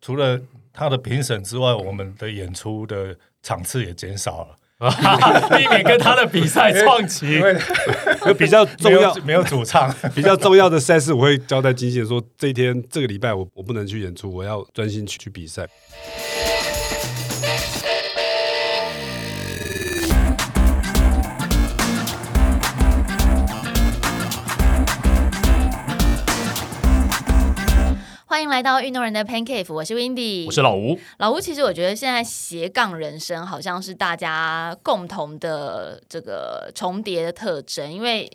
除了他的评审之外，我们的演出的场次也减少了， 避免跟他的比赛撞因齐。为比 较重没有要、没有主唱， 比较重要的赛事，我会交代机械说，这一天这个礼拜我我不能去演出，我要专心去去比赛。欢迎来到运动人的 Pan Cave，我是 Windy，我是老吴，老吴。其实我觉得现在斜杠人生好像是大家共同的这个重叠的特征，因为。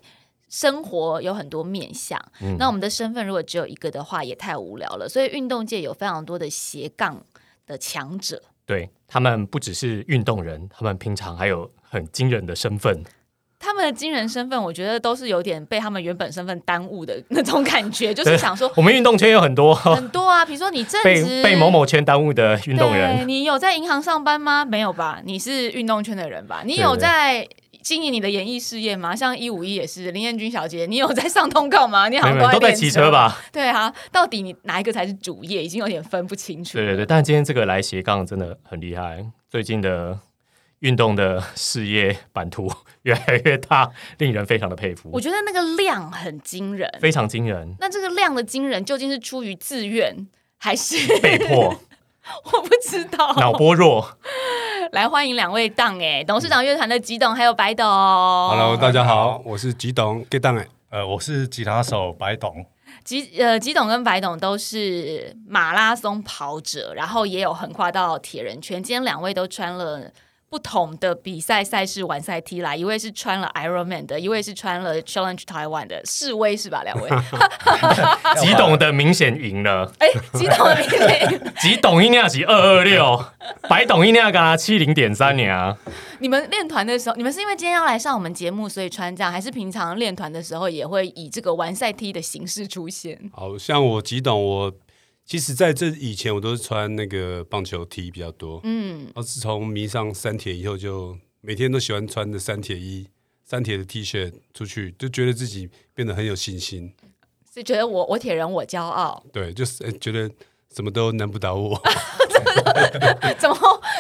生活有很多面向，嗯那我们的身份如果只有一个的话，也太无聊了。所以运动界有非常多的斜杠的强者，对他们不只是运动人，他们平常还有很惊人的身份。他们的惊人身份，我觉得都是有点被他们原本身份耽误的那种感觉，就是想说我们运动圈有很 多很多啊，比如说你正被职被某某圈耽误的运动对人，你有在银行上班吗？没有吧？你是运动圈的人吧？你有在经营你的演艺事业吗？像一五一也是林彦君小姐，你有在上通告吗？你好没有像没有都在练骑车？吧？对啊，到底你哪一个才是主业，已经有点分不清楚。对对对，但今天这个来斜杠真的很厉害，最近的。运动的事业版图越来越大，令人非常的佩服我，觉得那个量很惊人。非常惊人，那这个量的惊人究竟是出于自愿还是被迫、 我不知道？脑波 弱，来欢迎两位档哎，董事长乐团的吉董还有白董。 Hello，大家哦好，我是吉董 Get Down 哎，呃，我是吉他手白董， 吉呃吉董跟白董都是马拉松跑者，然后也有横跨到铁人圈。今天两位都穿了不同的比赛赛事完赛 T 啦，一位是穿了 Ironman 的，一位是穿了 Challenge Taiwan 的示威是吧？两位，吉董的明显赢了，哎，吉董的名字，吉董一那是啊二二六，白董一那个七零点三啊年， 你们练团的时候，你们是因为今天要来上我们节目，所以穿这样，还是平常练团的时候也会以这个完赛 T 的形式出现？好像我吉董，我其实在这以前我都是穿那个棒球 T 比较多，嗯，然后自从迷上三铁以后，就每天都喜欢穿着三铁衣、三铁的 T 恤出去，就觉得自己变得很有信心。是觉得我我铁人我骄傲，对，就是、呃觉得什么都难不倒我。 怎么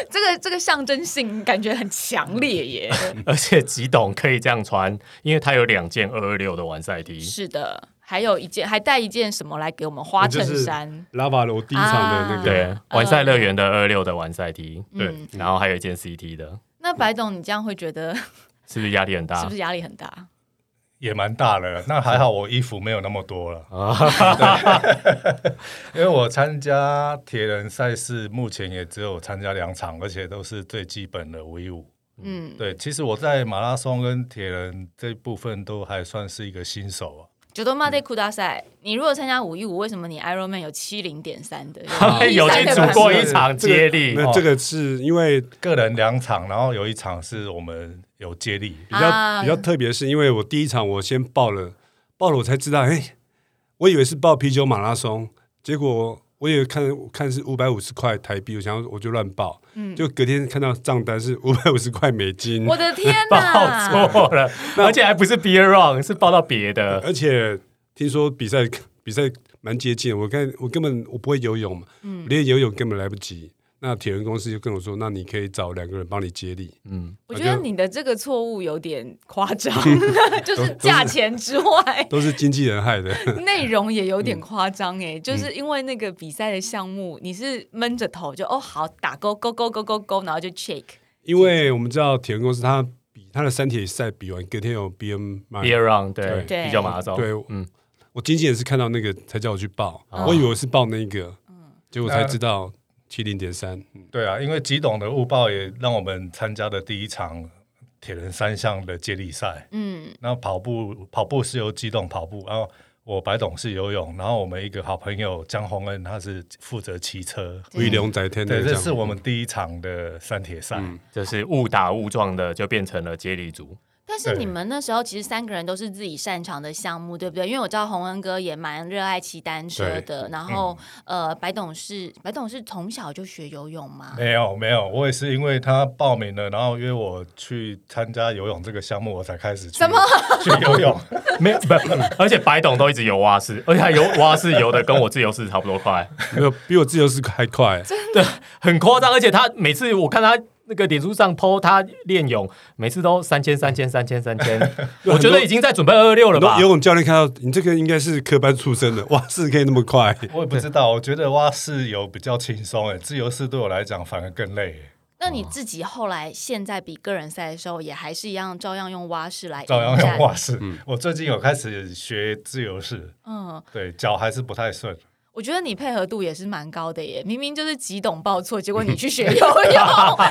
这个这个象征性感觉很强烈耶？而且吉董可以这样穿，因为他有两件二二六的完赛 T，是的，还有一件，还带一件什么来给我们花衬衫？拉瓦罗第一场的那个，嗯对，啊完赛乐园的二二六的完赛 T，对对，然后还有一件 CT 的，那白董，你这样会觉得是是不是压力很大？ 不是压力很大？也蛮大的。那还好，我衣服没有那么多 了，啊对因为 我参加铁人赛事，目前也只有参加两场，而且都是最基本的 V 五。嗯，对，其实我在马拉松跟铁人这部分都还算是一个新手啊。九多马对库大赛，你如果参加五一五，为什么你 Iron Man 有七零点三的？他们哎有去组过一场接 力，哦那这个是因为比个人两场，然后有一场是我们有接力，较、啊比较特别，是因为我第一场我先报了，报了我才知道，哎，我以为是报啤酒马拉松，结果我也看看是五百五十块台币，我想要我就乱报，就隔天看到账单是五百五十块美金，嗯我的天 报哪！错了，而且还不是 Beer Run，是报到别的。而且听说比赛比赛蛮接近的，我看我根本我不会游泳嘛，嗯连游泳根本来不及。那铁人公司就跟我说，那你可以找两个人帮你接力，嗯，我觉得你的这个错误有点夸张， 就是价钱之外，都是经纪人害 的。内容也有点夸张哎，就是因为那个比赛的项目，你是闷着头就哦好打勾勾勾勾勾勾，然后就 check。因为我们知道铁人公司它比它的三铁赛比完，隔天有 BM b e i e r Run 对对，对比较马拉松，对嗯，我经纪人是看到那个才叫我去报，哦我以为我是报那个，结果才知道七零点三。对啊，因为吉董的误报也让我们参加的第一场铁人三项的接力赛。嗯，那跑步跑步是由吉董跑步，然后我白董是游泳，然后我们一个好朋友江宏恩他是负责骑车。威龙在天对，的，这是我们第一场的三铁赛。就是误打误撞的就变成了接力组。但是对你们那时候其实三个人都是自己擅长的项目，对不对？因为我知道洪恩哥也蛮热爱骑单车对的，嗯然后、呃，白董事白董事从小就学游泳吗？没有没有，我也是因为他报名了，然后约我去参加游泳这个项目，我才开始去什么去游泳。 没有不，而且白董都一直游蛙式，而且他游蛙式游的跟我自由式差不多快，没有比我自由式还快，很夸张。而且他每次我看他那个脸书上 PO 他练泳，每次都三千三千三千三千，我觉得已经在准备二六了很多吧游？泳教练看到你这个应该是科班出身的，哇，是可以那么快，我也不知道，我觉得蛙式游比较轻松，哎，自由式对我来讲反而更累耶。那嗯你自己后来现在比个人赛的时候，也还是一样照样用蛙式来照样迎用战蛙式。我最近有开始学自由式，嗯，对脚还是不太顺。我觉得你配合度也是蛮高的耶，明明就是几懂报错，结果你 去学游泳，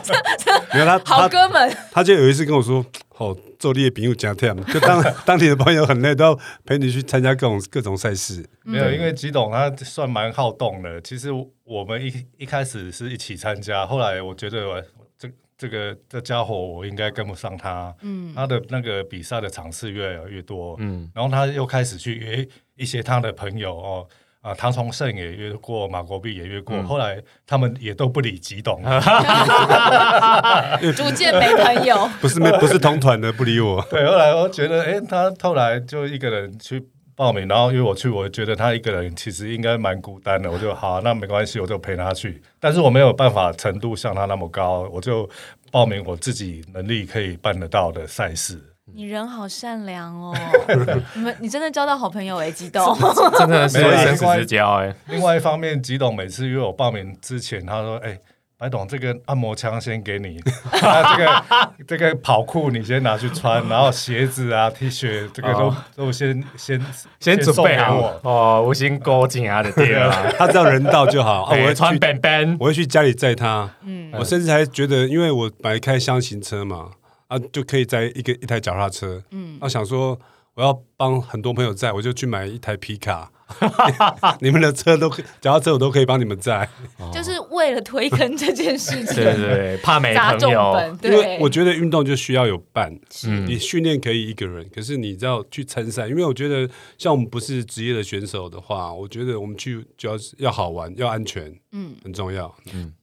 没有他好他哥们。他就有一次跟我说，哦，做你的朋友加 t 就当当你的朋友很累，都要陪你去参加各种各种赛事，没有，因为吉董他算蛮好动的。其实我们一一开始是一起参加，后来我觉得我这这个这家伙我应该跟不上他，嗯，他的那个比赛的场次越来越多，嗯，然后他又开始去约一些他的朋友哦。啊，唐崇盛也约过，马国碧也约过，后来他们也都不理吉董，逐渐没朋友。不是没不是同团的不理我， 对，后来我觉得，哎、他后来就一个人去报名，然后约我去，我觉得他一个人其实应该蛮孤单的，我就好、那没关系，我就陪他去。但是我没有办法程度像他那么高，我就报名我自己能力可以办得到的赛 事。你人好善良 哦，你们你真的交到好朋友哎，激动。真的是没有生没死关之交哎、另外一方面，吉董每次约我报名之前，他说：“哎、白董，这个按摩枪先给你， 那这个这个跑裤你先拿去穿，然后鞋子啊、T 恤这个都、哦都先先先准送备给我好。哦，我先勾紧他的爹了，他只要人到就好，啊、啊我我会穿去 Ben Ben，我会去家里载他，嗯我甚至还觉得，因为我本来开箱型车嘛，啊，就可以载一个一台脚踏车，嗯，啊，想说我要帮很多朋友载，我就去买一台皮卡， 你们的车都可以，脚踏车我都可以帮你们载，哦就是为了推坑这件事对对情 对，怕没砸朋重友本，，因为对，嗯 我觉得运动就需要有伴，嗯你训练可以一个人，可是你知道去参赛，因为我觉得像我们不是职业的选手的话，我觉得我们去主要是要好玩，要安全，嗯。很重要。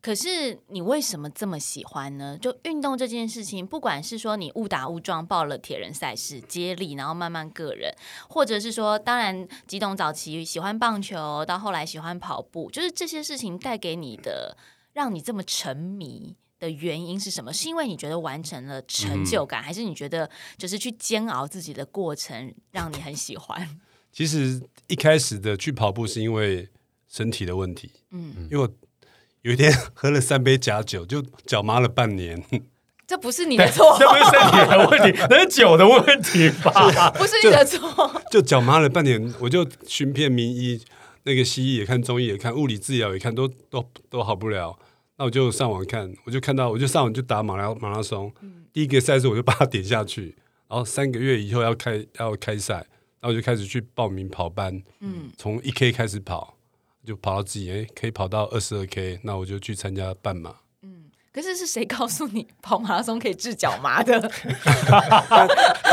可是你为什么这么喜欢呢？就运动这件事情，不管是说你误打误撞报了铁人赛事接力，然后慢慢个人，或者是说，当然吉董早期喜欢棒球，到后来喜欢跑步，就是这些事情带给你的，让你这么沉迷。的原因是什么？是因为你觉得完成了嗯成就感，还是你觉得就是去煎熬自己的过程让你很喜欢？ 其实一开始的去跑步是因为身体的问题，嗯，因为我有一天喝了三杯假酒，就脚麻了半年。这不是你的错，这不是身体的问题，那是酒的问题吧？不是你的错。就脚麻了半年，我就寻遍名医，那个西医也看，中医也看，物理治疗也看，都都都好不了。那我就上网看，我就看到，我就上网就打马拉马拉松，嗯第一个赛事我就把它点下去，然后三个月以后要开要开赛，然后我就开始去报名跑班，嗯，从一 K 开始跑，就跑到自己哎可以跑到二十二 K，那我就去参加半马。 可是是谁告诉你跑马拉松可以治脚 麻的？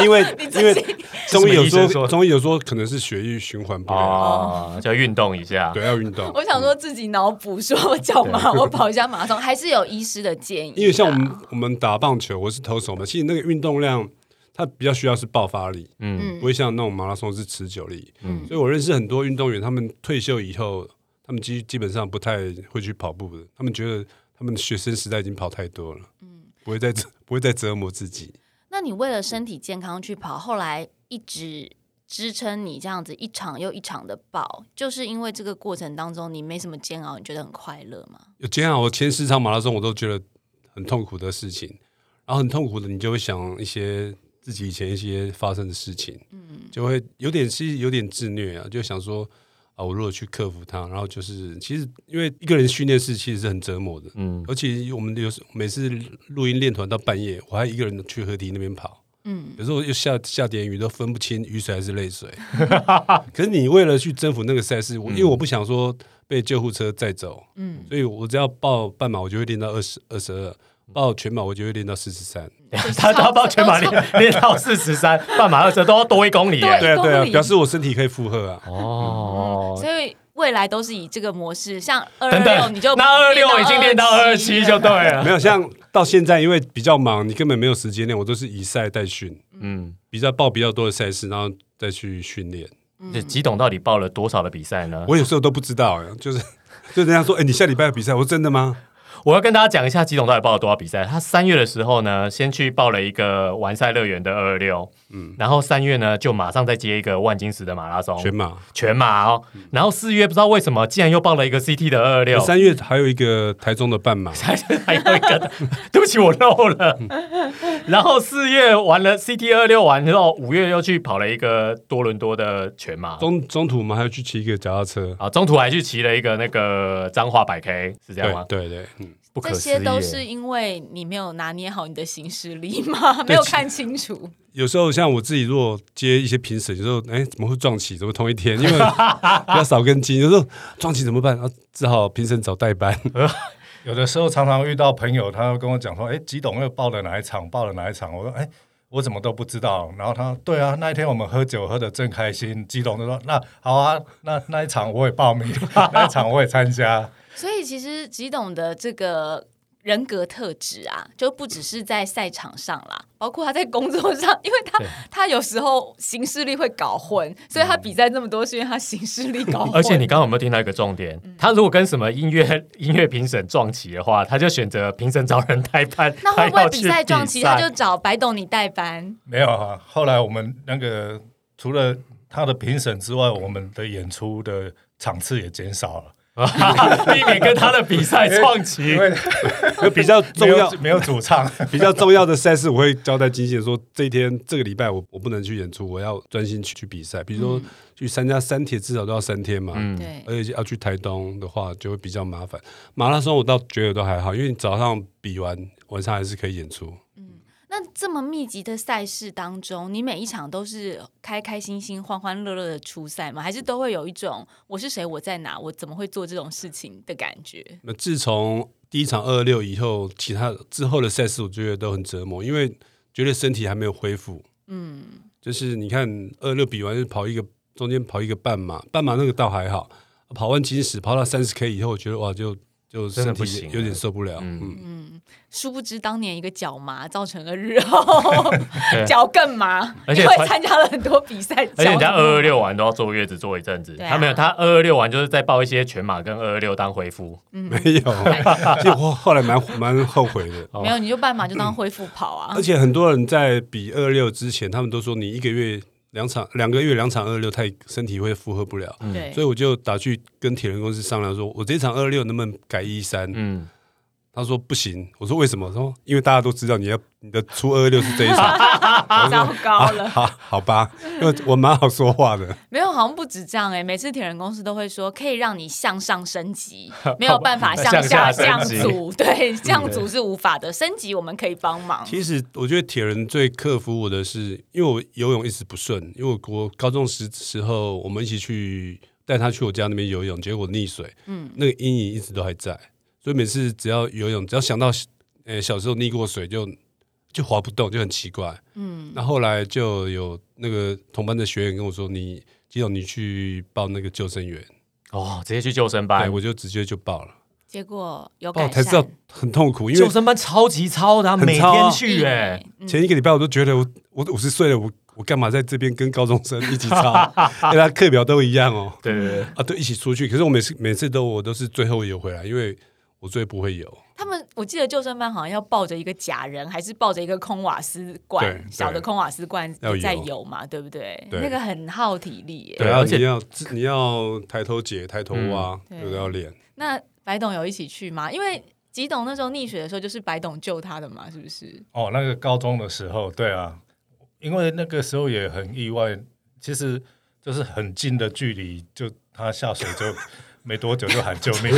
因为 你自因为己中医有是什么医生说说，的中医有说可能是血液循环不良，哦，就要运动一下。对，要运动。我想说自己脑补，说我脚麻，我跑一下马拉松，还是有医师的建议。啊因为像我，们我们打棒球，我是投手嘛，其实那个运动量它比较需要是爆发力，嗯，嗯不会像那种马拉松是持久力。嗯所以我认识很多运动员，他们退休以后，他们基基本上不太会去跑步的，他们觉得他们学生时代已经跑太多了，不会再折不会再折磨自己。那你为了身体健康去跑，后来一直支撑你这样子一场又一场的跑，就是因为这个过程当中你没什么煎熬，你觉得很快乐吗？有今天我前十场马拉松我都觉得很痛苦的事情，然后很痛苦的你就会想一些自己以前一些发生的事情，嗯，就会有点是有点自虐啊，就想说啊，我如果去克服它，然后就是其实因为一个人训练是其实是很折磨的，嗯嗯，而且我们有时每次录音练团到半夜，我还一个人去河堤那边跑，嗯，有时候又下下点雨，都分不清雨水还是泪水。可是你为了去征服那个赛事，我因为我不想说被救护车载走，嗯嗯，所以我只要报半马，我就会练到二十二十二。报全马我就会练到四十三。 他他报全马练练到四十三，半马二十都要哎多一公里耶。对对啊对公啊，里表示我身体可以负荷啊。哦，所以未来都是以这个模式，像二等六等你就，那二六已经练到二27七就对没了。有像到现在，因为比较忙，你根本没有时间练，我都是以赛代训，嗯，比较报比较多的赛事，然后再去训练。嗯这吉董到底报了多少的比赛呢？我有时候都不知道、哎，就是 就人家说，哎、你下礼拜有比赛，我说真的吗？我要跟大家讲一下吉董到底报了多少比赛。他三月的时候呢，先去报了一个完赛乐园的二六，嗯，然后三月呢就马上再接一个万金石的马拉松全马。全马哦，然后四月不知道为什么竟然又报了一个 CT 的二六，三月还有一个台中的半马，还还有一个， 对不起，我漏了。 然后四月完了 CT 二六完之后，五月又去跑了一个多伦多的全马。中中途我们还要去骑一个脚踏车，啊，中途还去骑了一个那个彰化百 K，是这样吗对？对对，嗯，不可这思议耶，些都是因为你没有拿捏好你的行事力 吗？没有看清楚，有时候像我自己，如果接一些评审，有时候哎怎么会撞起？怎么同一天？因 为比较少跟进，有时候撞起怎么办？啊，只好评审找代班。有的时候常常遇到朋友，他会跟我讲说：“哎，吉董又报了哪一场，报了哪一场？”我说：“哎，我怎么都不知道。”然后他：“对啊，那一天我们喝酒喝的正开心。”吉董就说：“那好啊，那那一场我也报名， 那一场我也参加。 所以其实吉董的这个。人格特质啊，就不只是在赛场上啦，包括他在工作上，因为他对嗯他有时候行事力会搞混，所以他比赛这么多是因为他行事力搞 混。而且你刚刚有没有听到一个重点？嗯他如果跟什么音乐音乐评审撞起的话，他就选择评审找人代班。那会不会要比去赛撞比期赛他就找白董你代班？”没有啊，后来我们那个除了他的评审之外，我们的演出的场次也减少了， 避免跟他的比赛撞期 因？为 比较重没要有，没有主唱。比较重要的赛事，我会交代经纪人说，这一天这个礼拜我我不能去演出，我要专心去去比赛。比如说去参加三铁，至少都要三天嘛。嗯对，而且要去台东的话，就会比较麻烦。马拉松我倒觉得都还好，因为你早上比完，晚上还是可以演出。那这么密集的赛事当中，你每一场都是开开心心、欢欢乐乐的出赛吗？还是都会有一种我是谁，我在哪，我怎么会做这种事情的感觉？那自从第一场二六以后，其他之后的赛事我觉得都很折磨，因为觉得身体还没有恢复。嗯，就是你看二六比完就跑一个，中间跑一个半马，半马那个倒还好，跑完金石跑到三十 K 以后，我觉得哇，就就真的身不体行有点受不了。嗯嗯，殊不知当年一个脚麻造成了日后对啊脚更麻，而且因为传参加了很多比赛，而且人家脚麻二二六完都要坐月子坐一阵子，对啊他没有，他二二六完就是再报一些全马跟二二六当回复。 没有，其实我后来蛮蛮后悔的。哦没有，你就半马就当恢复跑啊而。且很多人在比二六之前，他们都说你一个月两场，两个月两场二六，太身体会负荷不了。嗯对嗯所以我就打去跟铁人公司商量说，我这场二六能不能改一三、嗯，他说不行，我说为什么？他说因为大家都知道你要你的出二六是这一场，啊糟糕 了。好好吧，因为我蛮好说话的。没有，好像不止这样哎、每次铁人公司都会说可以让你向上升级， 没有办法向向下下降升级组，对，降组是无法的，升级我们可以帮忙。嗯其实我觉得铁人最克服我的是，因为我游泳一直不顺，因为我国高中时时候我们一起去带他去我家那边游泳，结果溺水，嗯，那个阴影一直都还在，所以每次只要游泳，只要想到呃小时候溺过水就就划不动，就很奇怪，嗯，那后来就有那个同班的学员跟我说，你基友你去报那个救生员，哦，直接去救生对，班，我就直接就报了，结果有报改哦才善，知道很痛苦，因为救生班超级超的啊，很每超天啊去哎对。嗯前一个礼拜我都觉得我我五十岁了，我我干嘛在这边跟高中生一起唱？ 因为他课表都一样哦，对对对，啊，都一起出去。可是我每次每次都我都是最后游回来，因为我最不会游。他们我记得救生班好像要抱着一个假人，还是抱着一个空瓦斯罐对，小的对空瓦斯罐要游在游嘛，对不对？对那个很耗体力耶、对啊，而且你要你要抬头解、抬头蛙，嗯有的要练。那白董有一起去吗？因为吉董那时候溺水的时候，就是白董救他的嘛，是不是？哦，那个高中的时候，对啊，因为那个时候也很意外，其实就是很近的距离，就他下水就 没多久就喊救命，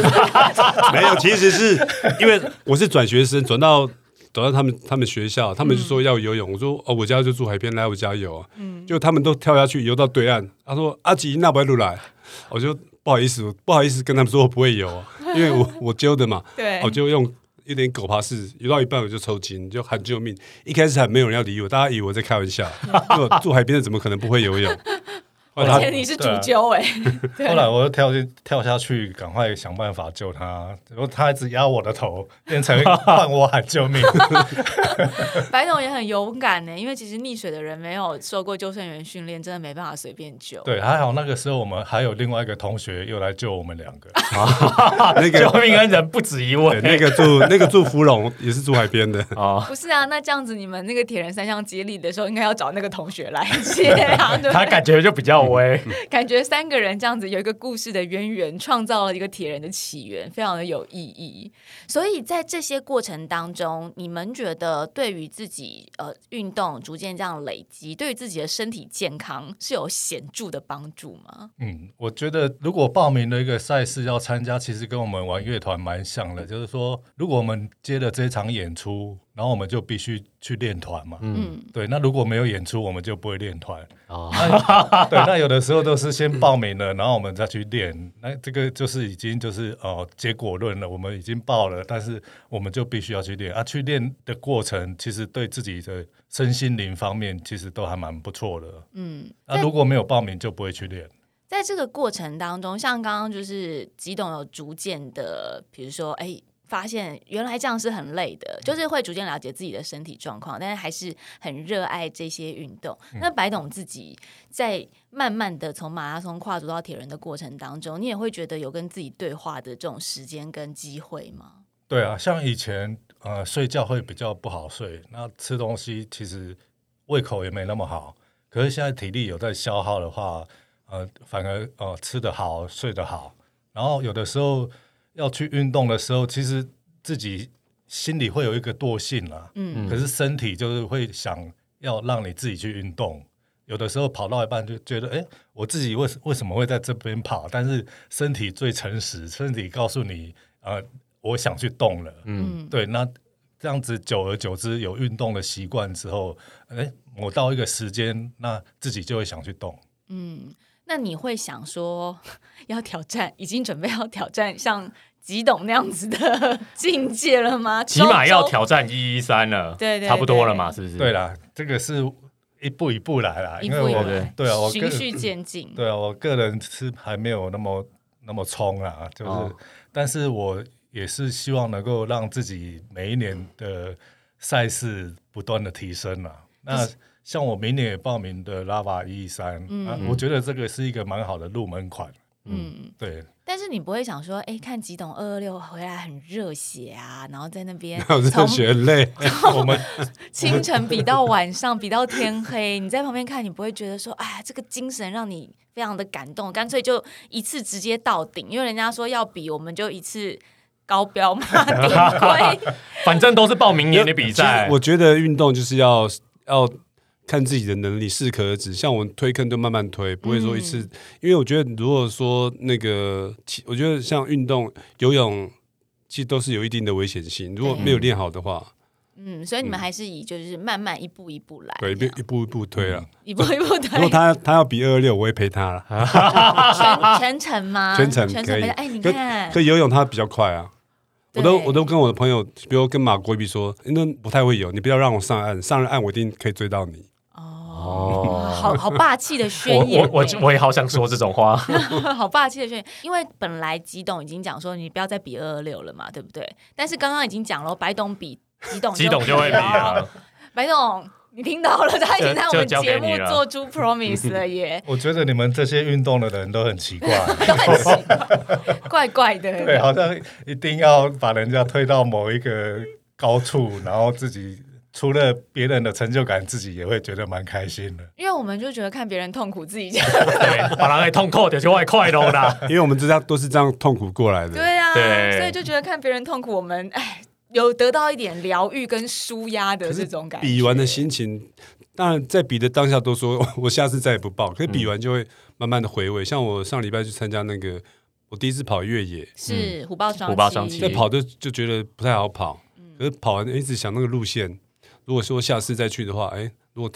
没有，其实是因为我是转学生，转到转到他们他们学校，他们就说要游泳，我说哦，我家就住海边，来我家游啊。就他们都跳下去游到对岸，啊他说阿吉那不路来，啊我就不好意思，不好意思跟他们说我不会游啊，因为我我揪的嘛，对，我就用有点狗爬式，游到一半我就抽筋，就喊救命。一开始还没有人要理我，大家以为我在开玩笑，因为我住海边的怎么可能不会游泳？后而来且哦他你是主对啊揪哎、对后来我就跳进跳下去，赶快想办法救他。然后他一直压我的头，变成换我喊救命。白总也很勇敢呢、因为其实溺水的人没有受过救生员训练，真的没办法随便救。对，还好那个时候我们还有另外一个同学又来救我们两个。那 救个命恩人不止一位对那个住那个住芙蓉也是住海边的，哦，不是啊，那这样子你们那个铁人三项接力的时候，应该要找那个同学来接啊，对不他对？感觉就比较微。嗯感觉三个人这样子有一个故事的渊源，创造了一个铁人的起源，非常的有意义。所以在这些过程当中，你们觉得对于自己呃运动逐渐这样累积，对于自己的身体健康是有显著的帮助吗？嗯，我觉得如果报名了一个赛事要参加，其实跟我们玩乐团蛮像的，就是说，如果我们接了这场演出，然后我们就必须去练团嘛。嗯，嗯，对，那如果没有演出，我们就不会练团。哦，那对，那有的时候都是先报名了，然后我们再去练。那这个就是已经就是哦，结果论了，我们已经报了，但是我们就必须要去练啊。去练的过程，其实对自己的身心灵方面，其实都还蛮不错的。嗯，那、如果没有报名，就不会去练。在这个过程当中，像刚刚就是吉董有逐渐的，比如说，哎，发现原来这样是很累的，就是会逐渐了解自己的身体状况，但是还是很热爱这些运动。那嗯白董自己在慢慢的从马拉松跨足到铁人的过程当中，你也会觉得有跟自己对话的这种时间跟机会吗？对啊，像以前呃睡觉会比较不好睡，那吃东西其实胃口也没那么好。可是现在体力有在消耗的话，呃，反而呃吃得好，睡得好，然后有的时候要去运动的时候，其实自己心里会有一个惰性啦，嗯可是身体就是会想要让你自己去运动。有的时候跑到一半就觉得，哎、我自己为什为什么会在这边跑？但是身体最诚实，身体告诉你，呃，我想去动了。嗯，对，那这样子久而久之有运动的习惯之后，哎，我到一个时间，那自己就会想去动。嗯，那你会想说要挑战，已经准备要挑战像吉董那样子的 境界了吗？起码要周周挑战一一三了，对对差不多了嘛，是不是？对啦，这个是一步一步来啦，一因步为一我步来对啊，我个循序渐进。对啊，我个人是还没有那么那么冲啊，就是，哦但是我也是希望能够让自己每一年的赛事不断的提升啊。那像我明年也报名的拉瓦一三，啊，我觉得这个是一个蛮好的入门款，嗯，对。但是你不会想说，哎，看吉董二二六回来很热血啊，然后在那边 我真的从觉得累。我们，清晨比到晚上，比到天黑，你在旁边看，你不会觉得说，哎，这个精神让你非常的感动，干脆就一次直接到顶，因为人家说要比，我们就一次高标嘛，顶规。反正都是报明年的比赛其实。我觉得运动就是要要看自己的能力，适可而止。像我们推坑就慢慢推，不会说一次。嗯因为我觉得，如果说那个，其我觉得像运动、游泳，其实都是有一定的危险性。如果没有练好的话，嗯，所以你们还是以就是慢慢一步一步来，对，一步这样一步一步推了。一步一步如果对，他他要比二六，我会陪他了。全全程吗？全程啊全可程以没哎，你可看，可游泳他比较快啊。我都对我都跟我的朋友，比如跟马国比说，那不太会游，你不要让我上岸，上了岸我一定可以追到你。哦。哇哦，好好霸气的我宣言我欸，我我也好想说这种话。 好霸气的宣言，因为本来吉董已经讲说你不要再比二二六了嘛，对不对？但是刚刚已经讲了，白董比吉董激动就会比啊了了。白董，你听到了，他已经在我们就就交节给你目了做出 promise 了耶我觉得你们这些运动的人都很奇怪，都很奇怪怪怪的。对，好像一定要把人家推到某一个高处，然后自己除了别人的成就感，自己也会觉得蛮开心的。因为我们就觉得看别人痛苦，自己就对，把人给痛扣掉就会快乐啦。因为我们这样都是这样痛苦过来的。对啊，对所以就觉得看别人痛苦，我们哎有得到一点疗愈跟舒压的这种感觉。比完的心情，当然在比的当下都说 我下次再也不报，嗯可是比完就会慢慢的回味。像我上礼拜去参加那个，我第一次跑越野，是嗯虎豹双嗯虎豹双栖栖在跑就就觉得不太好跑，可是跑完一直想那个路线，如嗯果说下次再去的话，哎，如果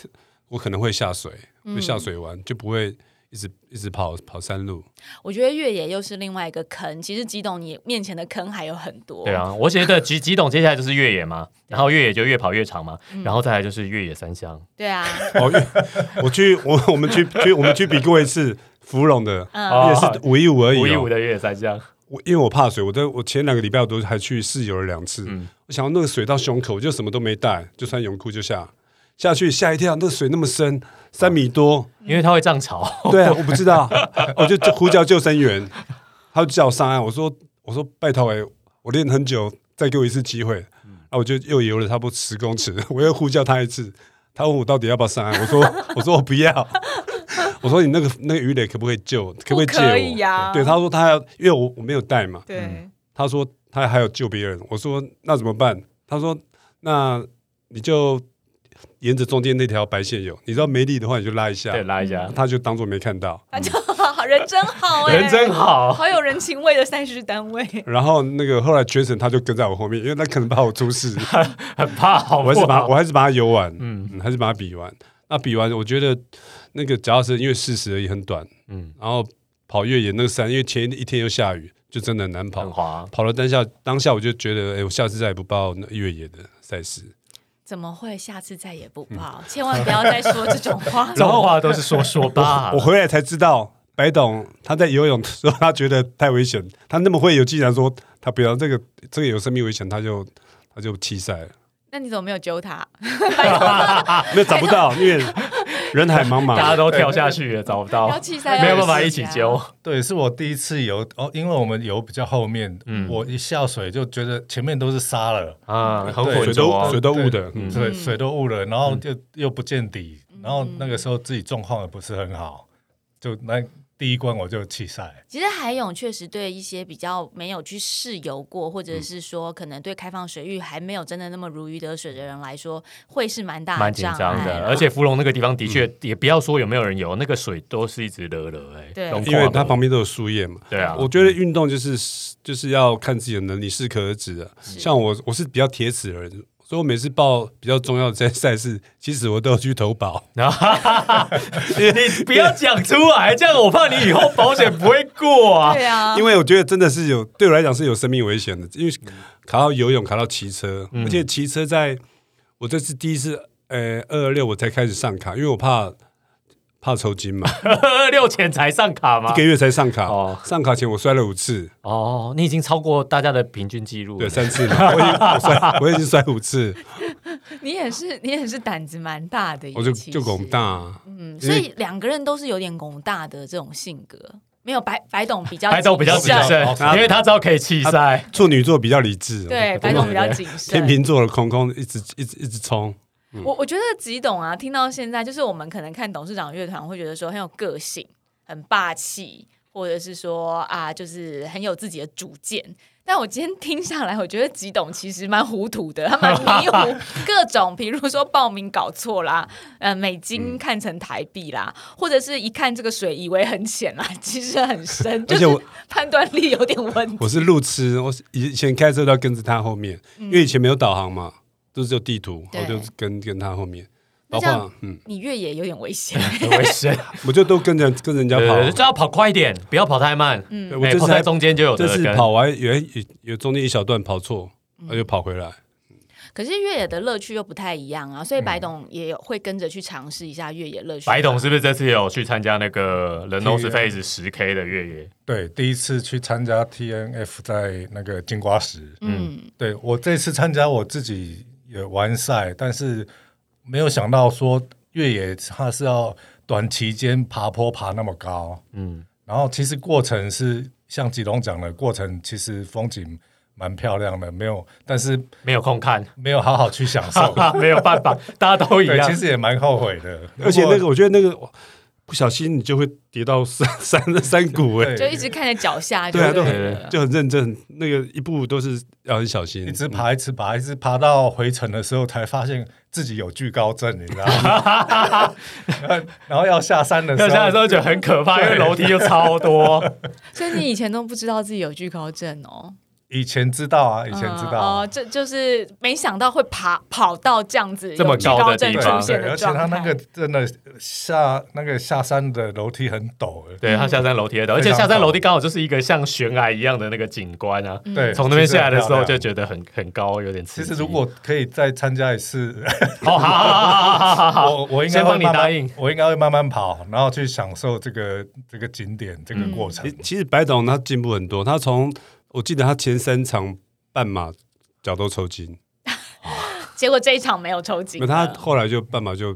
我可能会下水，会下水玩，就不会一直一直跑跑山路，我觉得越野又是另外一个坑。其实吉董，你面前的坑还有很多。对，啊，我觉得吉吉董接下来就是越野嘛，然后越野就越跑越长嘛，然后再来就是越野三项。对啊，哦，因 我去我我们去去我们去比过一次芙蓉的，嗯哦也是五一五而已、哦，五一五的越野三项，我因为我怕水，我在我前两个礼拜我都还去试游了两次。我想到那个水到胸口，我就什么都没带，就穿泳裤就下下去，吓一跳，那个水那么深，三米多，因为它会涨潮。 对啊，我不知道，我就呼叫救生员，他就叫我上岸，我说我说拜托哎、我练很久，再给我一次机会。啊，我就又游了差不多十公尺， 我又呼叫他一次，他问我到底要不要上岸，我说我说我不要。 我说你那个那个鱼雷可不可以救？可不哦可以借我？不可以啊对，他说他要，因为我我没有带嘛，嗯 对，他说他还有救别人，我说那怎么办？他说那你就沿着中间那条白线游，你知道没力的话你就拉一下，对，拉一下，他就当做没看到。那就人真好哎，人真，好。好有人情味的赛事单位。然后那个后来全程他就跟在我后面，因为他可能怕我出 事，很怕，好不我还是把好？我还是把它游完，嗯，还是把它比完。那比完，我觉得那个脚踏车因为四十而已很短，嗯，然后跑越野那个山，因为前一天又下雨，就真的很难很跑。滑。。跑了当下当下我就觉得，哎、我下次再也不报那越野的赛事。怎么会？下次再也不报，千万不要再说这种话 这种话都是说说吧我。回来才知道，白董他在游泳的时候，他觉得太危险，他那么会游，竟然说他不要这个这个有生命危险，他就他就弃赛了，那你怎么没有揪他？没有找不到，因为人海茫 大家茫。都跳下去也找不到要，啊弃赛，没有办法一起揪。。对，是我第一次游哦，因为我们游比较后面，我一下水就觉得前面都是沙了，啊，很对混水都浊水。都雾的，嗯水水都雾了，然后就又不见底，然后那个时候自己状况也不是很好，就那第一关我就弃赛。其实海泳确实对一些比较没有去试游过，或者是嗯说可能对开放水域还没有真的那么如鱼得水的人来说，会是蛮大蛮的紧障张碍的，啦而且芙蓉那个地方的确也不要说有没有人游，那个水都是一直热热哎，对融化因为嘛它旁边都有树叶嘛。对啊，我觉得运动就是就是要看自己的能力，适可而止的。像我，我是比较铁齿的人，所以我每次报比较重要的赛赛事，其实我都有去投保。 你不要讲出来，这样我怕你以后保险不会过啊。对啊，因为我觉得真的是有对我来讲是有生命危险的，因为卡到游泳，卡到骑车，而且骑车在我这次第一次，呃，二二六我才开始上卡，因为我怕怕抽筋 嘛， 六钱才上卡吗一个？月才上卡哦，上卡前我摔了五次，哦，你已经超过大家的平均记录对，了。三次嘛，我已经我 摔，我已经摔五次，你也是，你也是胆子蛮大的耶，我就其实就拱大，啊，嗯，所以两个人都是有点拱大的这种性格，没有白白董比较白董比较谨谨慎慎，因为他知道可以弃赛。处女座比较理智，哦对白董比较谨慎 天，秤座的空空一直一直一直冲，我我觉得吉董啊，听到现在，就是我们可能看董事长乐团会觉得说很有个性、很霸气，或者是说啊，就是很有自己的主见。但我今天听下来，我觉得吉董其实蛮糊涂的，他蛮 迷糊，各种，比如说报名搞错啦，呃，美金看成台币啦，或者是一看这个水以为很浅啦，其实很深，就而且我是判断力有点问题。我是路痴，我以前开车都要跟着他后面，因为以前没有导航嘛，都是有地图，嗯对我就跟跟他后面。那包这样括嗯，你越野有点危险，很危险，我就都跟着跟人家跑。 对，就要跑快一点，不要跑太慢。对哎我这跑次在还中间就有这得次跟。跑完有有有中间一小段跑错，嗯我就跑回来。可是越野的乐趣又不太一样啊，所以白董也有会跟着去尝试一下越野乐趣。啊白董是不是这次有去参加那个 Renault Space 十 K 的越野？对，第一次去参加 TNF 在那个金瓜石，嗯，对我这次参加我自己也完赛，但是没有想到说越野它是要短期间爬坡爬那么高，嗯，然后其实过程是像吉龙讲的，过程其实风景蛮漂亮的，没有，但是没有空看，没有好好去享哈受，哦哈， 没有办法，大家都一对，样其。实也蛮后悔的，而且那如个，果我觉得那个不小心你就会跌到山 山山谷哎、对就一直看着脚下就对啊，对都了很就很认真，那个一步都是要很小心一。直爬，一直爬，一直爬到回程的时候，才发现自己有惧高症，你知道吗？ 然后然后要下山的时要候，下的时候觉得很可怕，因为楼梯又超多。所以你以前都不知道自己有惧高症哦。以前知道啊，以前知道啊、哦，就就是没想到会爬跑到这样子这么有惧高高的症地出方对啊现对，的而且状态。他那个真的下那个下山的楼梯很陡，欸嗯对嗯他下山楼梯的，而且非常下山高楼梯刚好就是一个像悬崖一样的那个景观啊。嗯对，从那边下来的时候其实很漂就亮觉得很很高，有点刺其激。实如 果可以再参加一次，好好好好好好好， 我我应该先会帮你慢答慢应，我应该会慢慢跑，然后去享受这个这个景点这个过程嗯其。其实白董他进步很多，他从我记得他前三场半马脚都抽筋，结果这一场没有抽筋那了，他后来就半马就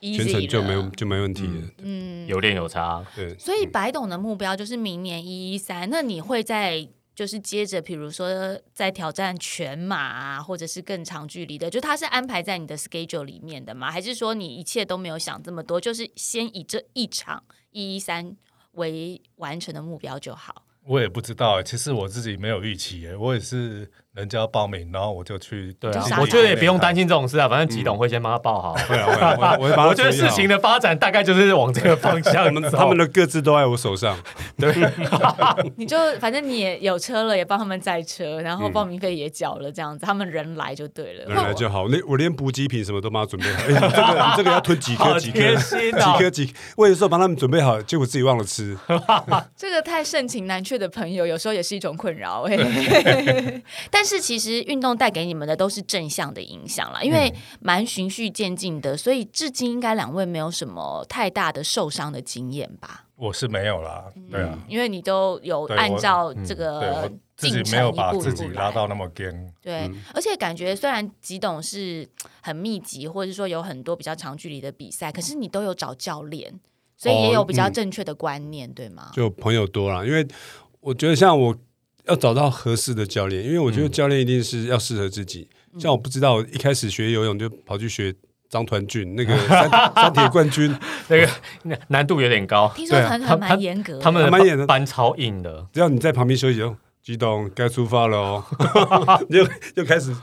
全 easy 程就了没有就没问题了。嗯。有练有差。对，所以白董的目标就是明年一一三，那你会在就是接着，比如说在挑战全马啊，或者是更长距离的，就它是安排在你的 schedule 里面的吗？还是说你一切都没有想这么多，就是先以这一场一一三为完成的目标就好？我也不知道欸，其实我自己没有预期耶，我也是人家报名，然后我就去。对就啊是，我觉得也不用担心。心这种事啊，反正吉董会先帮他报好。会啊会啊，嗯 我我会把他我觉得处理事好情的嗯发展大概就是往这个方向 他们走他们的各自都在我手哦上。你就反正你也有车了，也帮他们载车，然后报名费也缴了，这样子他们人来就对了。嗯人来就好，我连我连补给品什么都帮他准备好。哎你这个你这个要吞几颗好几贴颗心几哦颗几，我有时候帮他们准备好，结果自己忘了吃。这个太盛情难却的朋友，有时候也是一种困扰、哎 但是其实运动带给你们的都是正向的影响啦，因为蛮循序渐进的，所以至今应该两位没有什么太大的受伤的经验吧？我是没有啦，对啊，因为你都有对按我嗯照这对啊个我自嗯呃进己没程有一把步一自步己来拉到嗯那么尖。对，而且感觉虽然吉董是很密集，或者是说有很多比较长距离的比赛，可是你都有找教练，所以哦也有比较嗯正确的观念，对吗？就朋友多了，因为我觉得像我要找到合适的教练，因为我觉嗯得教练一定是要适合自己。嗯像我不知道，我一开始学游泳就跑去学张团俊那个三 三铁冠军，那个难度有点高，听说对啊很他很他蛮严格的他们还蛮严的班班超硬的。只要你在旁边休息哦，激动该出发了哦， 又又开始。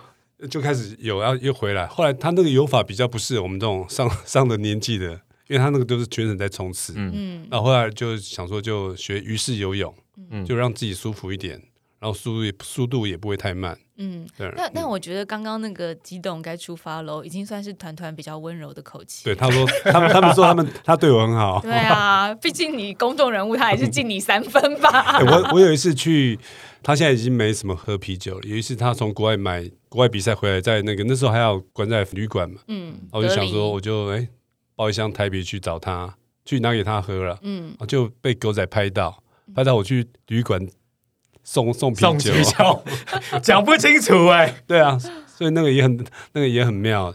就开始游，然后又回来。后来他那个游法比较不适合我们这种上 上的年纪的，因为他那个都是全身在冲刺。嗯，那后来就想说，就学鱼式游泳，嗯就让自己舒服一点，然后速度也速度也不会太慢。嗯对，但但我觉得刚刚那个激动该出发喽，已经算是团团比较温柔的口气。对，他说， 他们他们说他们他对我很 好。对啊，毕竟你公众人物，他还是敬你三分 吧。哎我我有一次去，他现在已经没什么喝啤酒了。有一次他从国外买国外比赛回来，在那个那时候还要关在旅馆嘛，嗯，哦然后我就想说，隔离我就哎抱一箱台啤去找他，去拿给他喝了，嗯，然后就被狗仔拍到，拍到我去旅馆送送啤送酒急，救， 讲不清楚哎、对啊，所以那个也很那个也很妙。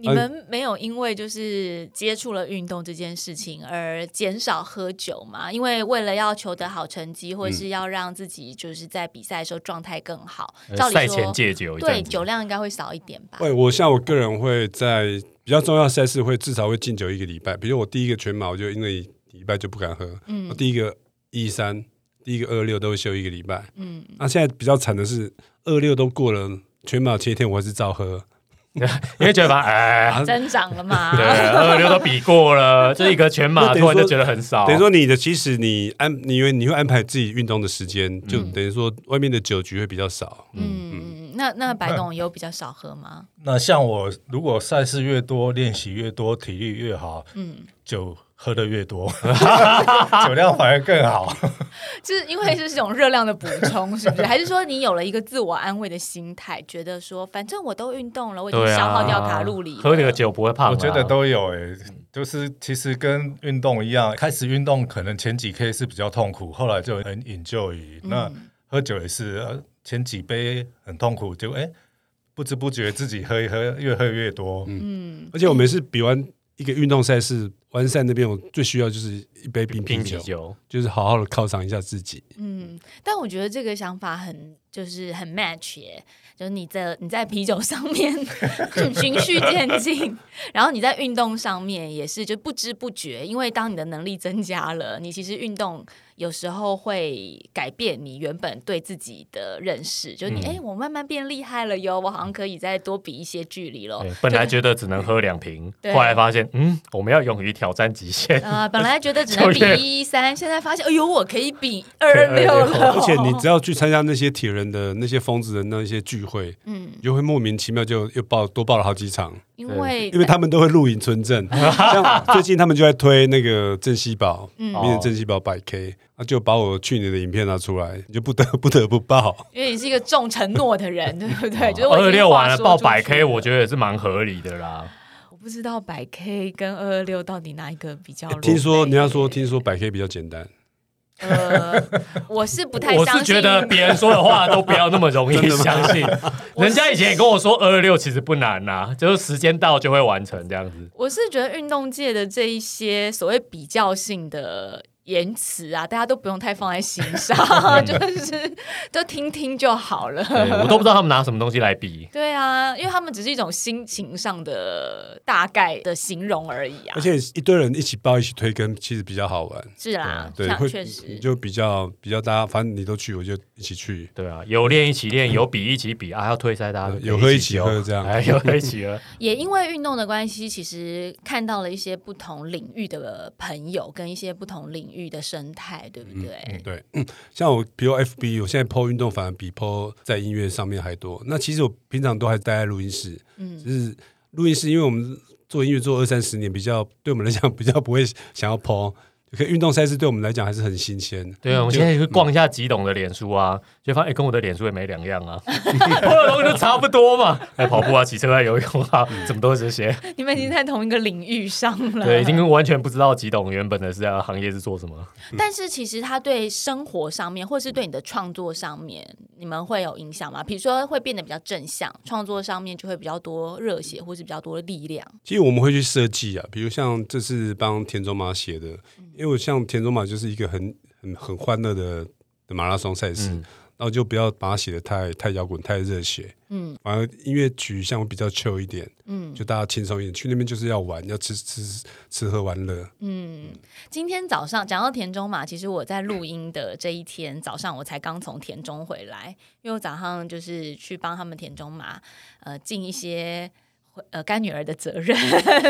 你们没有因为就是接触了运动这件事情而减少喝酒吗？因为为了要求得好成绩，或是要让自己就是在比赛的时候状态更好，照呃赛理前说，戒酒一对阵子，酒量应该会少一点吧。会，我像我个人会在比较重要的赛事会至少会禁酒一个礼拜，比如我第一个全马，我就因为礼拜就不敢喝，嗯，第一个一三，第一个二六都会休一个礼拜，嗯，那现在比较惨的是二六都过了，全马前一天我还是照喝，你会觉得吧，哎，增长了嘛？ 对，啊二六都比过了，这一个全马那等于突然就说觉得很少。等于说你的其实你安，你因为你会安排自己运动的时间，就等于说外面的酒局会比较少，嗯，那那白董有比较少喝吗？那像我，如果赛事越多，练习越多，体力越好，嗯，酒喝的越 多，酒量反而更好。就是因为是这种热量的补充，是不是？还是说你有了一个自我安慰的心态，觉得说反正我都运动了，我已经对啊，消耗掉卡路里了，喝点酒不会胖啊。我觉得都有诶、就是其实跟运动一样，开始运动可能前几 K 是比较痛苦，后来就很 enjoy。那喝酒也是，呃前几杯很痛苦，就哎、不知不觉自己喝一喝，越喝越多。嗯而且我每次比完一个运动赛事，完赛那边我最需要就是一杯冰拼啤啤酒，酒，就是好好的犒赏一下自己。嗯，但我觉得这个想法很就是很 match 耶、就是你在你在啤酒上面 循序渐进，然后你在运动上面也是就不知不觉，因为当你的能力增加了，你其实运动有时候会改变你原本对自己的认识，就是你哎、诶我慢慢变厉害了哟，我好像可以再多比一些距离喽对。本来觉得只能喝两瓶，哦对后来发现，嗯，我们要勇于挑战极限。啊、本来觉得只能比就越一三，现在发现，哎呦，我可以比二六可以了。而且你只要去参加那些铁人人的那些疯子的那些聚会，嗯，你就会莫名其妙就又报多报了好几场，因为因为他们都会露营村 镇，像最近他们就在推那个镇西堡，嗯哦明哦年镇西堡百 K，他就把我去年的影片拿出来，你就不得不得不报。因为你是一个重承诺的人， 对不对？就是我已啊经二六完了话说报出去百 K，我觉得也是蛮合理的啦。我不知道百 K 跟二二六到底哪一个比较容易。听说人家说，听说百 K 比较简啊单，呃，我是不太我相是信觉得别人说的话都不要那 么容易相信。 人家以前也跟我说二二六其实不难呐、就是时间到就会完成这样子。我是觉得运动界的这一些所谓比较性的言辞啊，大家都不用太放在心上， 就是就听听就好了。对我都不知道他们拿什么东西来比。对啊，因为他们只是一种心情上的大概的形容而已啊而。且一堆人一起报一起推跟，其实比较好玩。是啦，对，像会确你实，就比较比较大家，反正你都去，我就一起去。对啊，有练一起练，有比一起比啊，要退赛大家嗯有喝一起哦喝这样哎，有喝一起 喝。也因为运动的关系，其实看到了一些不同领域的朋友跟一些不同领域的生态，对不对？对，嗯，像我比如 FB，我现在 PO 运动反而比 PO 在音乐上面还多。那其实我平常都还待在录音室，嗯，就是录音室，因为我们做音乐做二三十年，比较对我们来讲比较不会想要 PO。可运动赛事对我们来讲还是很新鲜，对啊，我现在嗯去逛一下吉董的脸书啊，就发现、哎跟我的脸书也没两样啊， 跑的东西都差不多嘛。哎，跑步啊，骑车啊，游泳啊，嗯怎么都是这些。你们已经在同一个领域上了，嗯对，已经完全不知道吉董原本的是啊行业是做什么。 但是其实他对生活上面，或是对你的创作上面，你们会有影响吗？比如说会变得比较正向，创作上面就会比较多热血，或是比较多力量。其实我们会去设计啊，比如像这次帮田中马写的，嗯因为我像田中马就是一个很很很欢乐的的马拉松赛事，嗯然后就不要把它写的太太摇滚、太热血，嗯反而音乐取向会比较 chill 一点，嗯就大家轻松一点。去那边就是要玩，要吃吃吃喝玩乐，嗯，今天早上讲到田中嘛，其实我在录音的这一天早上，我才刚从田中回来，因为我早上就是去帮他们田中嘛，呃，尽一些。呃，干女儿的责任。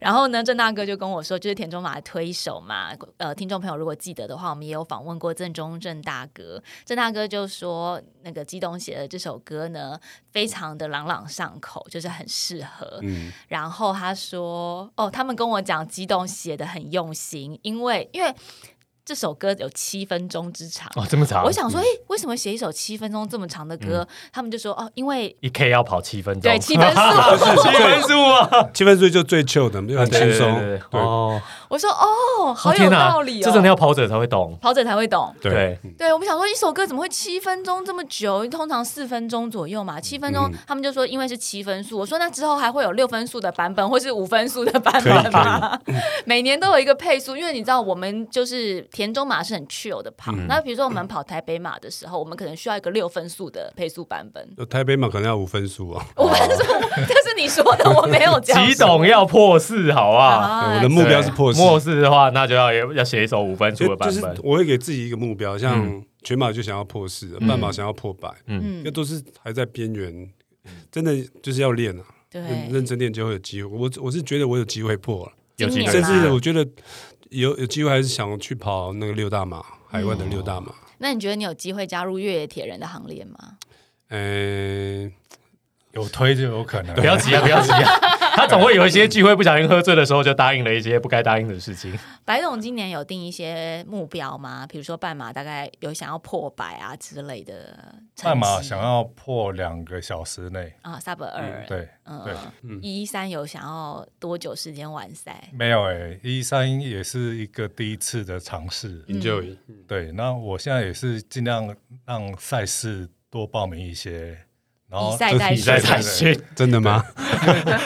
然后呢，郑大哥就跟我说，就是田中马的推手嘛。呃，听众朋友如果记得的话，我们也有访问过郑中郑大哥。郑大哥就说，那个激动写的这首歌呢，非常的朗朗上口，就是很适合。嗯，然后他说：“哦，他们跟我讲，激动写的很用心，因为因为这首歌有七分钟之长。哦，这么长，嗯我想说，诶，为什么写一首七分钟这么长的歌？他们就说，哦，因为一 K 要跑七分钟，对 七分速。七分数啊，嗯七分醉就最 chill 的，就很轻松。对对对对哦，我说，哦，好有天哪道理哦，这真的要嗯跑者才会懂。跑者才会懂。对对对，我们想说一首歌怎么会七分钟这么久？通常四分钟左右嘛，七分嗯钟。他们就说因为是七分速，我说那之后还会有六分速的版本，或是五分速的版 本吗？每年都有一个配速，因为你知道我们就是田中马是很 chill 的嗯跑，那比如说我们跑台北马的时候，我们可能需要一个六分速的配速版本。 就台北马可能要五分数啊，五分速，这是你说的，我没有这样说。吉董要破四，好啊。对啊我的目标是破四。破四的话，那就要要写一首五分数就的就版是本。嗯我会给自己一个目标，像全马就想要破四，半马想要破百，嗯那，都是还在边缘，真的就是要练啊，认对，认真练就会有机会。我我是觉得我有机会破了，有几今年个甚人啦至我觉得有有机会还是想去跑那个六大马，海外的六大马。那你觉得你有机会加入越野铁人的行列吗？嗯，有推就有可能。不要急啊，不要急啊。 他总会有一些聚会不小心喝醉的时候，就答应了一些不该答应的事情。白总今年有定一些目标吗？比如说半马大概有想要破百啊之类的成绩。半马想要破两个小时内，啊，sub 二，对，对嗯，一三有想要多久时间完赛？没有哎、一三也是一个第一次的尝试，嗯，enjoy。对。那我现在也是尽量让赛事多报名一些，然后比赛再比赛说。才对训，真的吗？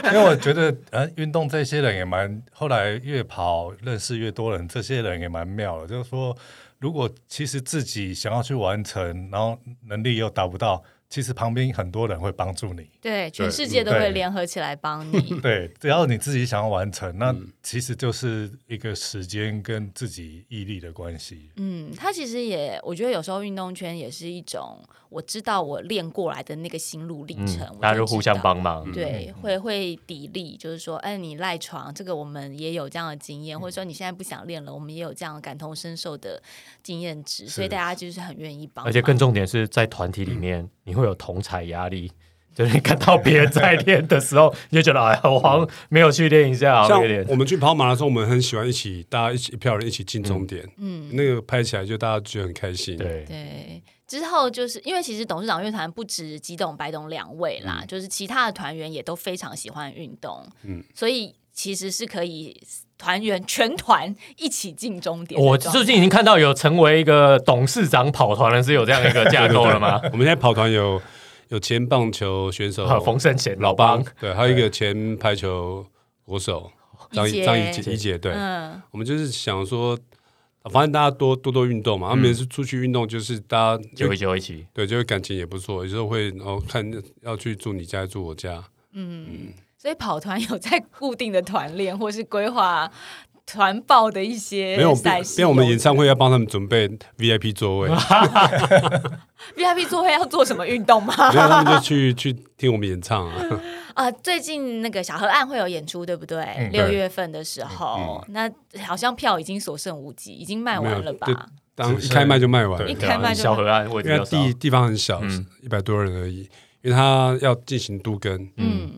因为我觉得 呃，运动这些人也蛮，后来越跑认识越多人，这些人也蛮妙的。就是说，如果其实自己想要去完成，然后能力又达不到，其实旁边很多人会帮助你。对，全世界都会联合起来帮你。 对，只要你自己想要完成，那嗯其实就是一个时间跟自己毅力的关系。嗯，它其实也，我觉得有时候运动圈也是一种，我知道我练过来的那个心路历程，我嗯大家就互相知道帮忙。对，嗯会会砥砺，就是说，哎，你赖床，这个我们也有这样的经验，或者说你现在不想练了，我们也有这样感同身受的经验值，所以大家就是很愿意帮忙。而且更重点是在团体里面，你会有同才压力，就是你看到别人在练的时候，你就觉得哎呀，我好像没有去练一下，像我有点我们去跑马拉松，我们很喜欢一起，大家一起一票人一起进终点，嗯，那个拍起来就大家觉得很开心，，对。对，之后就是因为其实董事长乐团不止吉董、白董两位啦，嗯就是其他的团员也都非常喜欢运动，嗯，所以其实是可以团员全团一起进终点的我状态。最近已经看到有成为一个董事长跑团的是有这样一个架构了吗？我们现在跑团有有前棒球选手啊，冯胜贤老邦，对，还有一个前排球国手张一杰张怡怡姐，对，嗯，我们就是想说，反正大家多多多运动嗯嘛，他啊们每次出去运动就是大家九一九一起，对，就是感情也不错，有时候会然后看要去住你家住我家，所以跑团有在固定的团练，或是规划团报的一些没有，赛变事。变我们演唱会要帮他们准备 VIP 座 位，然 VIP 座会要做什么运 动吗？后他们就去去听我们演唱 啊。啊，最近那个小河岸会有演出，对不对？嗯六、对月份的时候，那好像票已经所剩无几，已经卖完了吧没？有当只一是开麦就卖完了，对一对开啊，麦就小河岸位因置为比较它少，地地方很小嗯，一百多人而已，因为他要进行都更，嗯，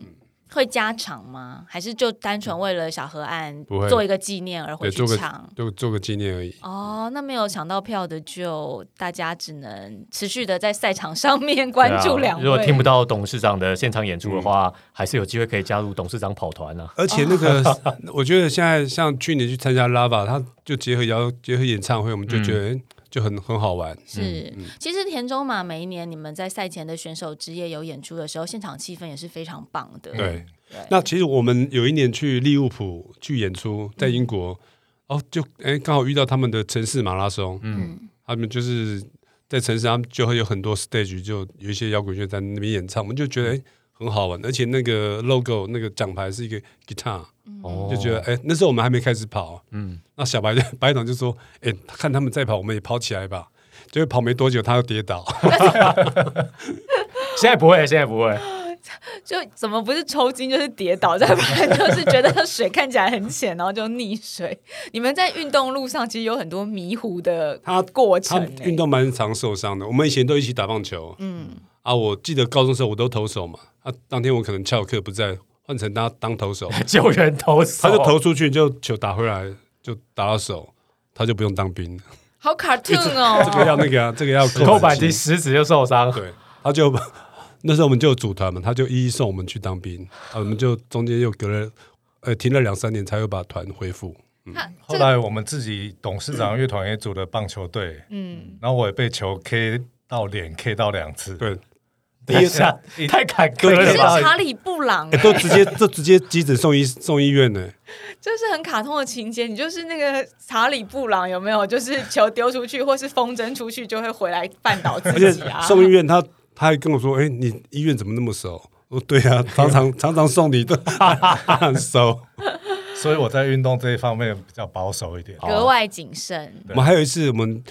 会加场吗？还是就单纯为了小河岸嗯不会做一个纪念而回对，去做个唱？就做个纪念而已。哦，那没有抢到票的就大家只能持续的在赛场上面关注两对啊位。如果听不到董事长的现场演出的话，嗯还是有机会可以加入董事长跑团啊。而且那个，我觉得现在像去年去参加 Lava，他就结合摇结合演唱会，我们就觉得诶就很很好玩。是，嗯其实田中马每一年你们在赛前的选手之夜有演出的时候，现场气氛也是非常棒的。对对，那其实我们有一年去利物浦去演出，在英国，哦，就哎刚好遇到他们的城市马拉松，嗯，他们就是在城市，他们就会有很多 stage，就有一些摇滚乐在那边演唱，我们就觉得哎很好玩，而且那个 logo 那个奖牌是一个 guitar，嗯哦就觉得哎那时候我们还没开始跑，嗯，那小白就 白董就说，哎看他们在跑，我们也跑起来吧。结果跑没多久，他又跌倒。现在不会，现在不会，就怎么不是抽筋就是跌倒，再不 然就是觉得水看起来很浅，然后就溺水。你们在运动路上其实有很多迷糊的他过他程、欸，运动蛮常受伤的。我们以前都一起打棒球，嗯啊，我记得高中时候我都投手嘛，啊，当天我可能翘课不在，换成他当 投手，救援投手，他就投出去，就球打回来，就打到手，他就不用当兵了。好 cartoon 这个要哦。那个啊，这个要扣板机机，食指就受伤，对，啊他就那时候我们就有组团嘛，他就一一送我们去当兵，啊，我们就中间又隔了。呃，停了两三年才又把团恢复。他后这个来我们自己董事长乐团也组了棒球队，嗯，然后我也被球 K 到脸，K 到两次。对，等一下太坎坷对是了吧。查理布朗、诶 欸都直接都直接急诊送医送医院呢、就是很卡通的情节，你就是那个查理布朗有没有？就是球丢出去或是风筝出去，就会回来绊倒自而且己啊。送医院他，他还跟我说：“哎、你医院怎么那么熟？”哦，对啊，常常常常送你的， 很熟。所以我在运动这一方面比较保守一点。哦格外谨慎。 对我们还有一次，我们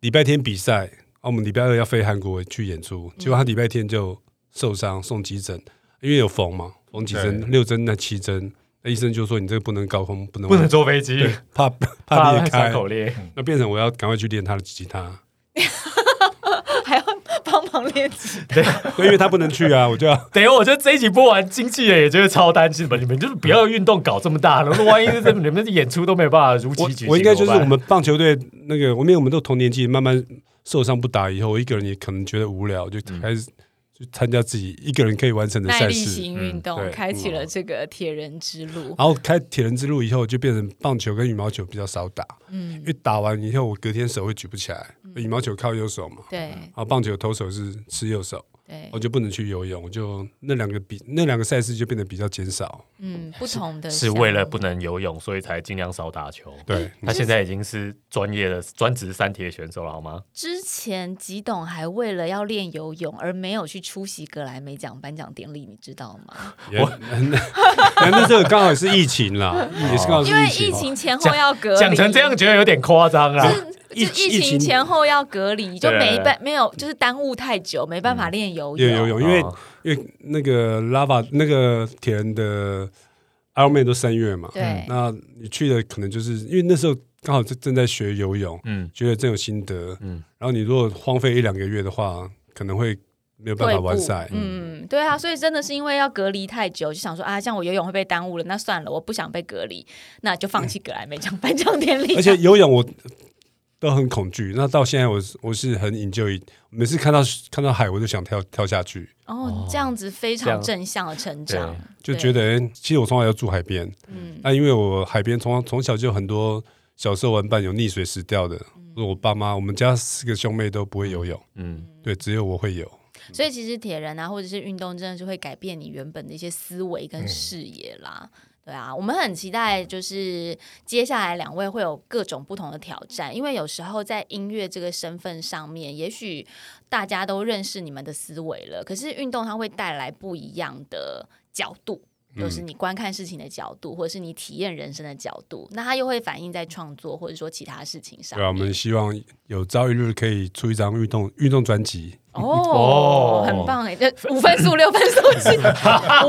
礼拜天比赛，啊，我们礼拜二要飞韩国去演出，结果他礼拜天就受伤送急诊，因为有缝嘛，缝几针，对六针那七针，那医生就说你这个不能高空，不能不能坐飞机， 怕怕怕裂开伤，口裂。那变成我要赶快去练他的吉他，还要帮忙练吉他。对因为他不能去啊，我就要等一下，我觉得这一集播完，经纪人也就会超担心吧。你们就是不要运动搞这么大了，如果万一是你们的演出都没有办法如期我举行，我应该就是怎么我办们棒球队那个，我因为我们都同年纪，慢慢受伤不打以后，我一个人也可能觉得无聊，就开始去参加自己一个人可以完成的耐赛力事。型运动、嗯对开启了这个铁人之路。哦然后开铁人之路以后，就变成棒球跟羽毛球比较少打，嗯因，为打完以后我隔天手会举不起来，羽毛球靠右手嘛，嗯对，然后棒球投手是吃右手，对，哦我就不能去游泳，我就那两个比那两个赛事就变得比较减少。嗯，不同的是项为了目不能游泳，所以才尽量少打球。 对，他现在已经是专业的专职三铁选手了，好吗？之前吉董还为了要练游泳而没有去出席格莱美奖颁奖典礼，你知道吗？我那这个刚好是疫情 啦，也是刚好是因为情疫。情前后要隔离，嗯讲成这样，觉得有点夸张啊。就疫疫疫情情前后要隔离，就对嗯没办没有就是耽误太久，没办法练游也游泳。泳，因为哦因为那个 lava 那个铁人的 Ironman 都三月嘛，嗯对，那你去的可能就是因为那时候刚好正正在学游泳，嗯，觉得真有心得，嗯嗯，然后你如果荒废一两个月的话，可能会没有办退法步完赛，嗯，对啊，所以真的是因为要隔离太久，就想说啊，像我游泳会被耽误了，那算了，我不想被隔离，那就放弃格莱美 奖颁奖典礼。而且游泳我都很恐惧，那到现在我是我是很 enjoy，每次看到看到海我就想跳跳下去，哦，这样子非这常样正向的成长，就对觉得、诶其实我从小就住海边，嗯那因为我海边从从小就很多小时候玩伴有溺水死掉的，嗯我爸妈我们家四个兄妹都不会游泳，嗯，对，只有我会游。所以其实铁人啊，或者是运动，真的是会改变你原本的一些思维跟视野啦。对啊，我们很期待，就是接下来两位会有各种不同的挑战，因为有时候在音乐这个身份上面，也许大家都认识你们的思维了，可是运动它会带来不一样的角度。就是你观看事情的角度，或者是你体验人生的角度，那它又会反映在创作或者说其他事情上对啊，我面。们希望有朝一日可以出一张运动运动专辑。 哦哦，很棒哎！这五分数、六分数、七五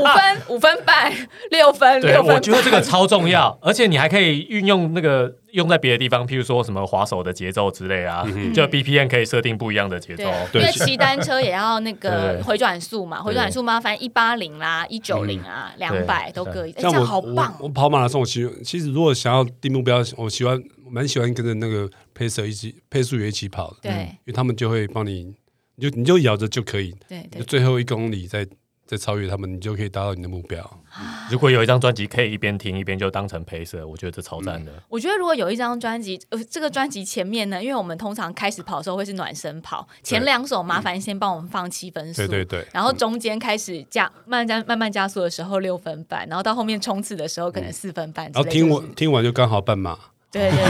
分、五分半、六分、对，六分我觉得这个超重要，而且你还可以运用那个用在别的地方，譬如说什么滑手的节奏之类啊，就 BPM 可以设定不一样的节奏。嗯对，因为骑单车也要那个对回转速嘛，回转速麻烦一八零啦、一九零啊、两百都可以，哎，这我样好棒我，我跑马拉松，我其实其实如果想要定目标，我喜欢我蛮喜欢跟着那个配色一起配速员一起跑的，嗯对因为他们就会帮你，你就你就咬着就可以，对你就对，最后一公里再再超越他们，你就可以达到你的目标。如果有一张专辑可以一边听一边就当成陪审，我觉得这超赞的。我觉得如果有一张专辑，呃，这个专辑前面呢，因为我们通常开始跑的时候会是暖身跑，前两首麻烦先帮我们放七分速，对对对，然后中间开始加慢加慢慢加速的时候六分半，然后到后面冲刺的时候可能四分半之然后类的，听就是我听完就刚好半马。对对对，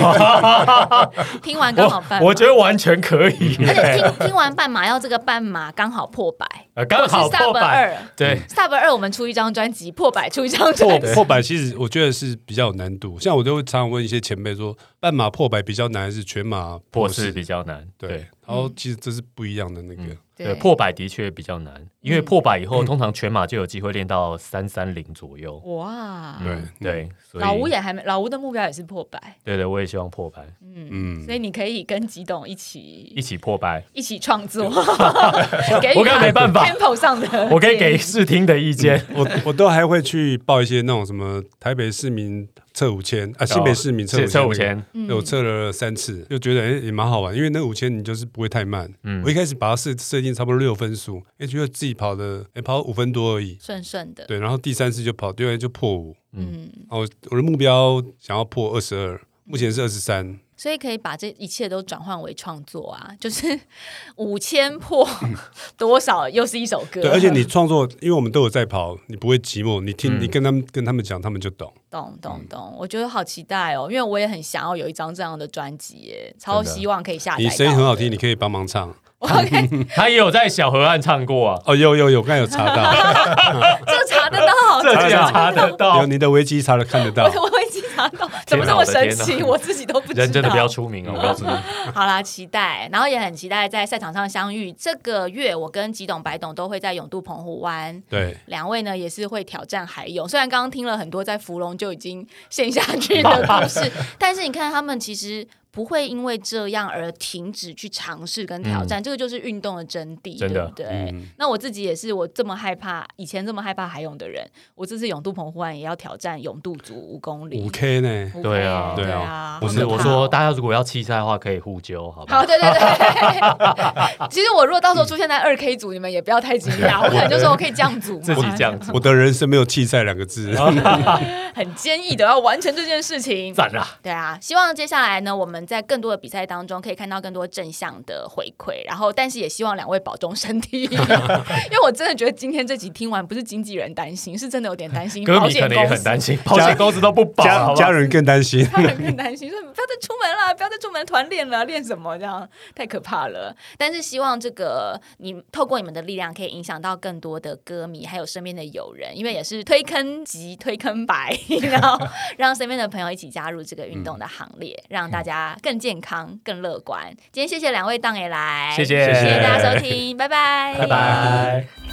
听完刚好半马，我觉得完全可 以、而且欸，听听完半马要这个半马刚好破百，呃刚好是 sub 破百，二嗯对， ，sub 二我们出一张专辑，破百出一张破专辑，破百其实我觉得是比较有难度，像我都会常常问一些前辈说，半马破百比较难还是全马破四四？比较难，对，嗯然后其实这是不一样的那个，对，破百的确比较难，因嗯为破百以嗯后，通常全马就有机会练到三三零左右。哇，对嗯对，所以老吴也还没，老吴的目标也是破百，对对，我也希望破百，嗯所，以你可以跟吉董一一起。起破百。一起创作， 给予我刚才没办法他 tempo 上的， 我可以给试听的意见，我我都还会去报一些那种什么台北市民测五千啊，新北市民测哦是测五五千千，那个，对我测了三次，就觉得哎也蛮好玩，因为那五千你就是不会太慢，嗯我一开始把它设设定差不多六分数，哎觉得自己跑的哎跑五分多而已，顺顺的，对，然后第三次就跑，第二天就破五，嗯，哦，我的目标想要破二十二，目前是二十三。所以可以把这一切都转换为创作啊，就是五千破嗯多少又是一首歌，对，而且你创作，因为我们都有在跑，你不会寂寞，你听，嗯你跟他们跟他们讲，他们就懂。懂懂懂，我觉得好期待哦，因为我也很想要有一张这样的专辑耶，超希望可以下载。你声音很好，听，你可以帮忙唱。我可以，他也有在小河岸唱过 啊，哦，有有有，我刚才有查到，这查得到，这竟这然查得到有，你的维基查了看得到。我我已经查到，怎么这么神天奇，哪我自己都不知道。 人真的不要出名哦，我告诉你，好啦，期待，然后也很期待在赛场上相遇。这个月我跟吉董、白董都会在永渡澎湖湾。对，两位呢也是会挑战海泳，虽然刚刚听了很多在芙蓉就已经陷下去的故事，但是你看他们其实不会因为这样而停止去尝试跟挑战，这个就是运动的真谛，嗯真的嗯对不对？那我自己也是，我这么害怕以前这么害怕海泳的人，我这次泳渡澎湖湾也要挑战泳渡足五公里五 K 呢？不对啊配对啊啊，不好是可怕我说，哦大家如果要弃赛的话，可以互揪，好不好好，？对对对。 其实我如果到时候出现在二 K 组，你们也不要太惊讶，我可能就说我可以降组嘛，自己降组，我的人生没有弃赛两个字。 很坚毅的要完成这件事情。赞啊！对啊，希望接下来呢，我们在更多的比赛当中可以看到更多正向的回馈，然后但是也希望两位保重 身体，因为我真的觉得今天这集听完不是经纪人担心，是真的有点担心歌保迷险可能也公很司。担心，保险公司都不保了，家好不家好？人更担心，他们更担心， 说你不要再出门了，不要再出门团练了，练什么这样太可怕了。但是希望这个你透过你们的力量，可以影响到更多的歌迷，还有身边的友人，因为也是推坑及推坑白，然后让身边的朋友一起加入这个运动的行列，让大家更健康、更乐观。今天谢谢两位档也来，谢谢谢谢大家收听，拜拜，拜。拜。